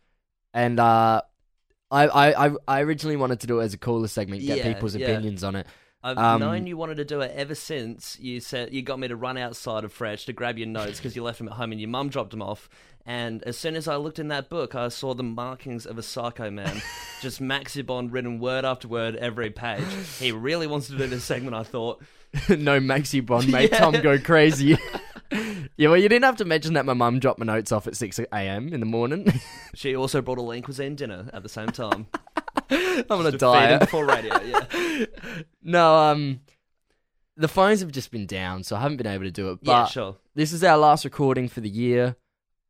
[SPEAKER 1] And, uh, I, I, I- I originally wanted to do it as a cooler segment, get
[SPEAKER 2] Yeah,
[SPEAKER 1] people's
[SPEAKER 2] yeah.
[SPEAKER 1] opinions on it.
[SPEAKER 2] I've
[SPEAKER 1] Um,
[SPEAKER 2] known you wanted to do it ever since you said you got me to run outside of Fresh to grab your notes because you left them at home and your mum dropped them off. And as soon as I looked in that book, I saw the markings of a psycho man, just Maxi Bond written word after word every page. He really wants to do this segment. I thought
[SPEAKER 1] no maxi bond made
[SPEAKER 2] Yeah.
[SPEAKER 1] Tom go crazy. yeah, well, you didn't have to mention that my mum dropped my notes off at 6 a.m. in the morning.
[SPEAKER 2] she also brought a lean cuisine dinner at the same time.
[SPEAKER 1] I'm on a
[SPEAKER 2] to feed him
[SPEAKER 1] diet.
[SPEAKER 2] before radio. Yeah,
[SPEAKER 1] No, um, the phones have just been down, so I haven't been able to do it. But
[SPEAKER 2] yeah, sure.
[SPEAKER 1] this is our last recording for the year,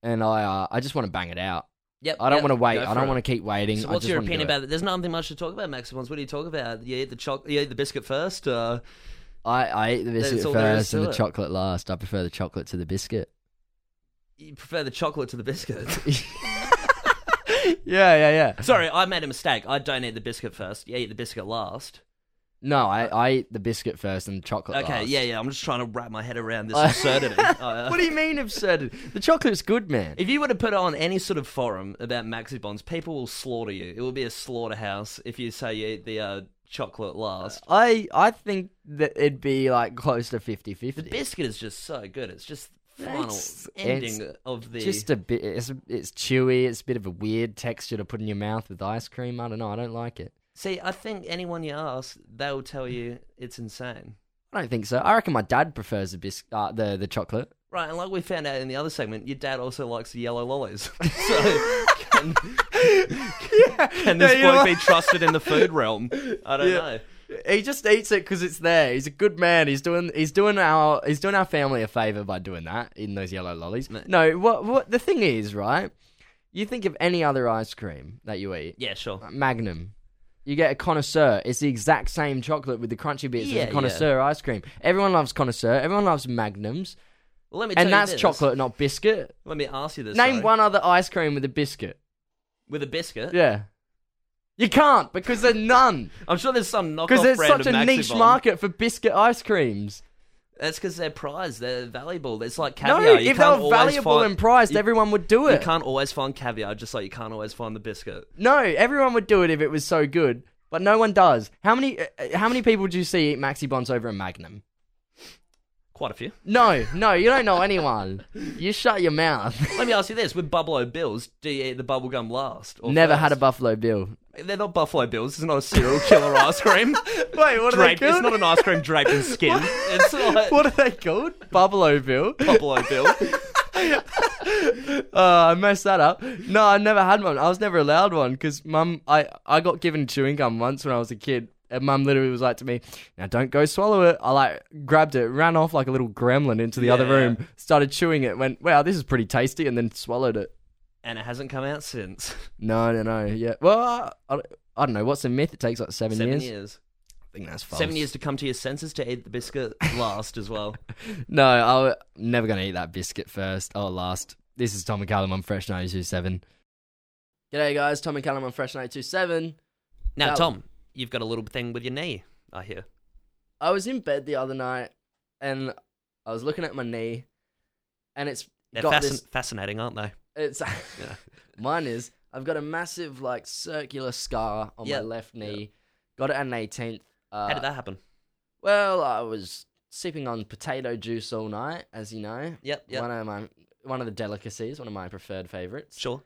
[SPEAKER 1] and I uh, I just want to bang it out.
[SPEAKER 2] Yep.
[SPEAKER 1] I don't
[SPEAKER 2] yep,
[SPEAKER 1] want to wait.
[SPEAKER 2] go
[SPEAKER 1] I
[SPEAKER 2] for
[SPEAKER 1] don't
[SPEAKER 2] it.
[SPEAKER 1] want to keep waiting.
[SPEAKER 2] So
[SPEAKER 1] I
[SPEAKER 2] what's
[SPEAKER 1] just
[SPEAKER 2] your
[SPEAKER 1] wanna do
[SPEAKER 2] opinion
[SPEAKER 1] it.
[SPEAKER 2] about it? There's nothing much to talk about, Maxi Bonds. What do you talk about? You eat the choc- you eat the biscuit first. Uh,
[SPEAKER 1] I, I ate the biscuit
[SPEAKER 2] all there is
[SPEAKER 1] first and
[SPEAKER 2] to
[SPEAKER 1] the
[SPEAKER 2] it.
[SPEAKER 1] chocolate last. I prefer the chocolate to the biscuit.
[SPEAKER 2] you prefer the chocolate to the biscuit.
[SPEAKER 1] Yeah, yeah, yeah.
[SPEAKER 2] Sorry, I made a mistake. I don't eat the biscuit first. You eat the biscuit last.
[SPEAKER 1] No, I, I ate the biscuit first and the chocolate
[SPEAKER 2] Okay,
[SPEAKER 1] last.
[SPEAKER 2] yeah, yeah. I'm just trying to wrap my head around this
[SPEAKER 1] Uh,
[SPEAKER 2] absurdity. Uh,
[SPEAKER 1] what do you mean absurd? The chocolate's good, man.
[SPEAKER 2] if you were to put on any sort of forum about Maxi Bonds, people will slaughter you. It will be a slaughterhouse if you say you eat the uh, chocolate last.
[SPEAKER 1] I I think that it'd be like close to 50
[SPEAKER 2] The
[SPEAKER 1] 50.
[SPEAKER 2] biscuit is just so good. It's just the final
[SPEAKER 1] It's-
[SPEAKER 2] ending of the.
[SPEAKER 1] Just a bit, it's, it's chewy, it's a bit of a weird texture to put in your mouth with ice cream. I don't know, I don't like it.
[SPEAKER 2] See, I think anyone you ask, they will tell you it's insane.
[SPEAKER 1] I don't think so. I reckon my dad prefers the biscuit, uh, the, the chocolate.
[SPEAKER 2] Right, and like we found out in the other segment, your dad also likes the yellow lollies. so can, can
[SPEAKER 1] Yeah,
[SPEAKER 2] this
[SPEAKER 1] you're
[SPEAKER 2] bloke
[SPEAKER 1] right.
[SPEAKER 2] be trusted in the food realm? I don't
[SPEAKER 1] Yeah.
[SPEAKER 2] know.
[SPEAKER 1] He just eats it because it's there. He's a good man. He's doing he's doing our he's doing our family a favor by doing that in those yellow lollies.
[SPEAKER 2] Mate.
[SPEAKER 1] No, what what the thing is, right? You think of any other ice cream that you eat,
[SPEAKER 2] Yeah, sure.
[SPEAKER 1] like Magnum. You get a connoisseur. It's the exact same chocolate with the crunchy bits as
[SPEAKER 2] Yeah, yeah.
[SPEAKER 1] a connoisseur ice cream. Everyone loves connoisseur. Everyone loves magnums.
[SPEAKER 2] Well, let me tell
[SPEAKER 1] and
[SPEAKER 2] you
[SPEAKER 1] that's
[SPEAKER 2] this.
[SPEAKER 1] chocolate, not biscuit.
[SPEAKER 2] Let me ask you this.
[SPEAKER 1] Name
[SPEAKER 2] though.
[SPEAKER 1] one other ice cream with a biscuit.
[SPEAKER 2] with a biscuit.
[SPEAKER 1] Yeah. You can't because there's none.
[SPEAKER 2] I'm sure there's some knockoff
[SPEAKER 1] Because there's
[SPEAKER 2] brand
[SPEAKER 1] such
[SPEAKER 2] of
[SPEAKER 1] a
[SPEAKER 2] Maxi
[SPEAKER 1] niche
[SPEAKER 2] Bomb.
[SPEAKER 1] market for biscuit ice creams.
[SPEAKER 2] That's because they're prized. They're valuable. It's like
[SPEAKER 1] No,
[SPEAKER 2] caviar. you
[SPEAKER 1] if they
[SPEAKER 2] can't
[SPEAKER 1] were
[SPEAKER 2] always
[SPEAKER 1] valuable
[SPEAKER 2] find,
[SPEAKER 1] and priced,
[SPEAKER 2] you-
[SPEAKER 1] everyone would do
[SPEAKER 2] you
[SPEAKER 1] it.
[SPEAKER 2] can't always find caviar, just like you can't always find the biscuit.
[SPEAKER 1] No, everyone would do it if it was so good, but no one does. How many uh, uh, how many people do you see eat Maxi Bonds over a Magnum?
[SPEAKER 2] Quite a few.
[SPEAKER 1] No, no, you don't know anyone. you shut your mouth.
[SPEAKER 2] Let me ask you this: With Buffalo Bills, do you eat the bubblegum last? Or
[SPEAKER 1] Never
[SPEAKER 2] first?
[SPEAKER 1] had a Buffalo Bill.
[SPEAKER 2] They're not Buffalo Bills. It's not a serial killer ice cream.
[SPEAKER 1] Wait, what
[SPEAKER 2] draped. It's not an ice cream draped in skin. It's like
[SPEAKER 1] What are they called? Buffalo Bill.
[SPEAKER 2] Buffalo Bill.
[SPEAKER 1] Uh, I messed that up. No, I never had one. I was never allowed one because mum, I, I got given chewing gum once when I was a kid, And mum literally was like to me, "Now don't go swallow it." I like grabbed it, ran off like a little gremlin into the other
[SPEAKER 2] Yeah.
[SPEAKER 1] room, started chewing it, went, "Wow, this is pretty tasty," and then swallowed it.
[SPEAKER 2] and it hasn't come out since
[SPEAKER 1] No, no, no. Yeah. Well, I, I, I don't know. What's the myth? It takes like seven,
[SPEAKER 2] seven
[SPEAKER 1] years.
[SPEAKER 2] years.
[SPEAKER 1] I think that's false.
[SPEAKER 2] Seven years to come to your senses to eat the biscuit last as well.
[SPEAKER 1] No, I'm never gonna eat that biscuit first. Oh, last. This is Tom and Callum on Fresh 927. G'day guys, Tom and Callum on Fresh 927.
[SPEAKER 2] Now,
[SPEAKER 1] That-
[SPEAKER 2] Tom, you've got a little thing with your knee. I hear.
[SPEAKER 1] I was in bed the other night and I was looking at my knee and it's
[SPEAKER 2] They're
[SPEAKER 1] got
[SPEAKER 2] fascin-
[SPEAKER 1] this
[SPEAKER 2] fascinating, aren't they?
[SPEAKER 1] it's mine is I've got a massive like circular scar on
[SPEAKER 2] Yeah,
[SPEAKER 1] my left knee. Got it at an 18th. Uh,
[SPEAKER 2] How did that happen?
[SPEAKER 1] Well, I was sipping on potato juice all night, as you know.
[SPEAKER 2] Yep, yep,
[SPEAKER 1] One of my one of the delicacies, one of my preferred favorites.
[SPEAKER 2] sure.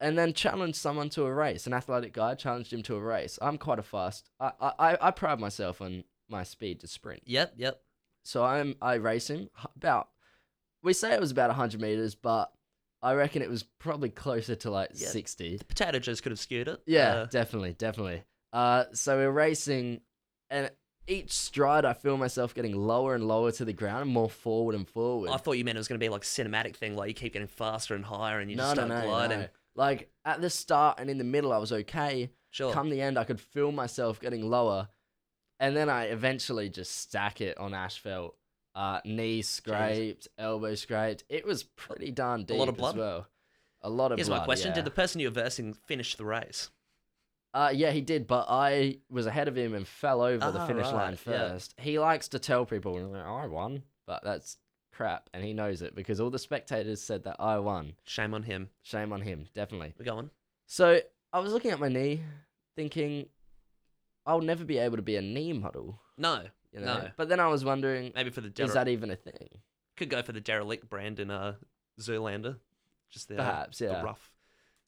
[SPEAKER 1] and then challenged someone to a race. An athletic guy challenged him to a race. I'm quite a fast. I I, I- I pride myself on my speed to sprint.
[SPEAKER 2] Yep, yep.
[SPEAKER 1] So I'm I race him h- about. We say it was about 100 meters, but I reckon it was probably closer to like
[SPEAKER 2] Yeah.
[SPEAKER 1] 60.
[SPEAKER 2] The potato juice could have skewed it.
[SPEAKER 1] Yeah,
[SPEAKER 2] Uh,
[SPEAKER 1] definitely, definitely. Uh, so we're racing, and each stride I feel myself getting lower and lower to the ground, and more forward and forward.
[SPEAKER 2] I thought you meant it was going to be like a cinematic thing, like you keep getting faster and higher, and you
[SPEAKER 1] no,
[SPEAKER 2] just
[SPEAKER 1] no,
[SPEAKER 2] start
[SPEAKER 1] no,
[SPEAKER 2] gliding.
[SPEAKER 1] no. Like at the start and in the middle, I was okay.
[SPEAKER 2] Sure.
[SPEAKER 1] come the end, I could feel myself getting lower, and then I eventually just stack it on asphalt. Uh, knee scraped, elbow scraped. It was pretty darn
[SPEAKER 2] A
[SPEAKER 1] deep
[SPEAKER 2] lot of blood?
[SPEAKER 1] as well. A lot of
[SPEAKER 2] Here's
[SPEAKER 1] blood.
[SPEAKER 2] my question:
[SPEAKER 1] yeah.
[SPEAKER 2] Did the person you were versing finish the race?
[SPEAKER 1] Uh, yeah, he did, but I was ahead of him and fell over the
[SPEAKER 2] Ah,
[SPEAKER 1] finish line
[SPEAKER 2] right, yeah.
[SPEAKER 1] first. He likes to tell people, "Oh, I won, but that's crap, and he knows it because all the spectators said that I won.
[SPEAKER 2] Shame on him.
[SPEAKER 1] Shame on him, definitely.
[SPEAKER 2] We're going.
[SPEAKER 1] So I was looking at my knee, thinking, I'll never be able to be a knee model.
[SPEAKER 2] No,
[SPEAKER 1] you know.
[SPEAKER 2] No.
[SPEAKER 1] But then I was wondering,
[SPEAKER 2] maybe for the dere-
[SPEAKER 1] is that even a thing?
[SPEAKER 2] could go for the derelict brand in uh, Zoolander. Just the, uh,
[SPEAKER 1] Perhaps,
[SPEAKER 2] the
[SPEAKER 1] yeah.
[SPEAKER 2] rough.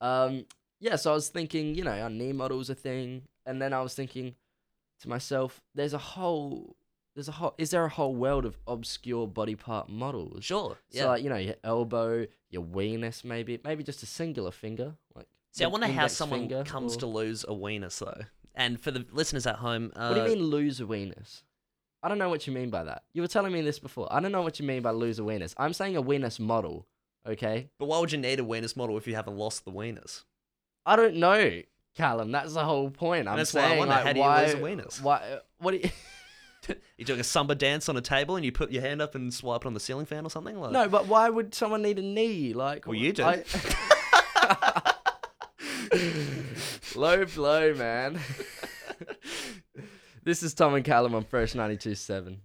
[SPEAKER 1] Um, yeah. So I was thinking, you know, our knee models a thing, and then I was thinking to myself, there's a whole, there's a whole, is there a whole world of obscure body part models?
[SPEAKER 2] Sure. Yeah.
[SPEAKER 1] So like, you know, your elbow, your weenus, maybe, maybe just a singular finger, like.
[SPEAKER 2] See, I
[SPEAKER 1] the
[SPEAKER 2] wonder how
[SPEAKER 1] index
[SPEAKER 2] someone
[SPEAKER 1] finger
[SPEAKER 2] comes
[SPEAKER 1] or-
[SPEAKER 2] to lose a weenus though. And for the listeners at home, uh,
[SPEAKER 1] What do you mean lose a weenus? I don't know what you mean by that. You were telling me this before. I don't know what you mean by lose a weenus. I'm saying a weenus model, okay?
[SPEAKER 2] But why would you need a weenus model if you haven't lost the weenus?
[SPEAKER 1] I don't know, Callum. That's the whole point. I'm
[SPEAKER 2] that's why I
[SPEAKER 1] saying,
[SPEAKER 2] wonder,
[SPEAKER 1] like,
[SPEAKER 2] how do you
[SPEAKER 1] why,
[SPEAKER 2] lose a weenus?
[SPEAKER 1] Why? uh, What? Do you,
[SPEAKER 2] You're doing a samba dance on a table and you put your hand up and swipe it on the ceiling fan or something? Like,
[SPEAKER 1] no, but why would someone need a knee? Like,
[SPEAKER 2] Well, you do.
[SPEAKER 1] I- low blow, man. this is Tom and Callum on Fresh 92.7.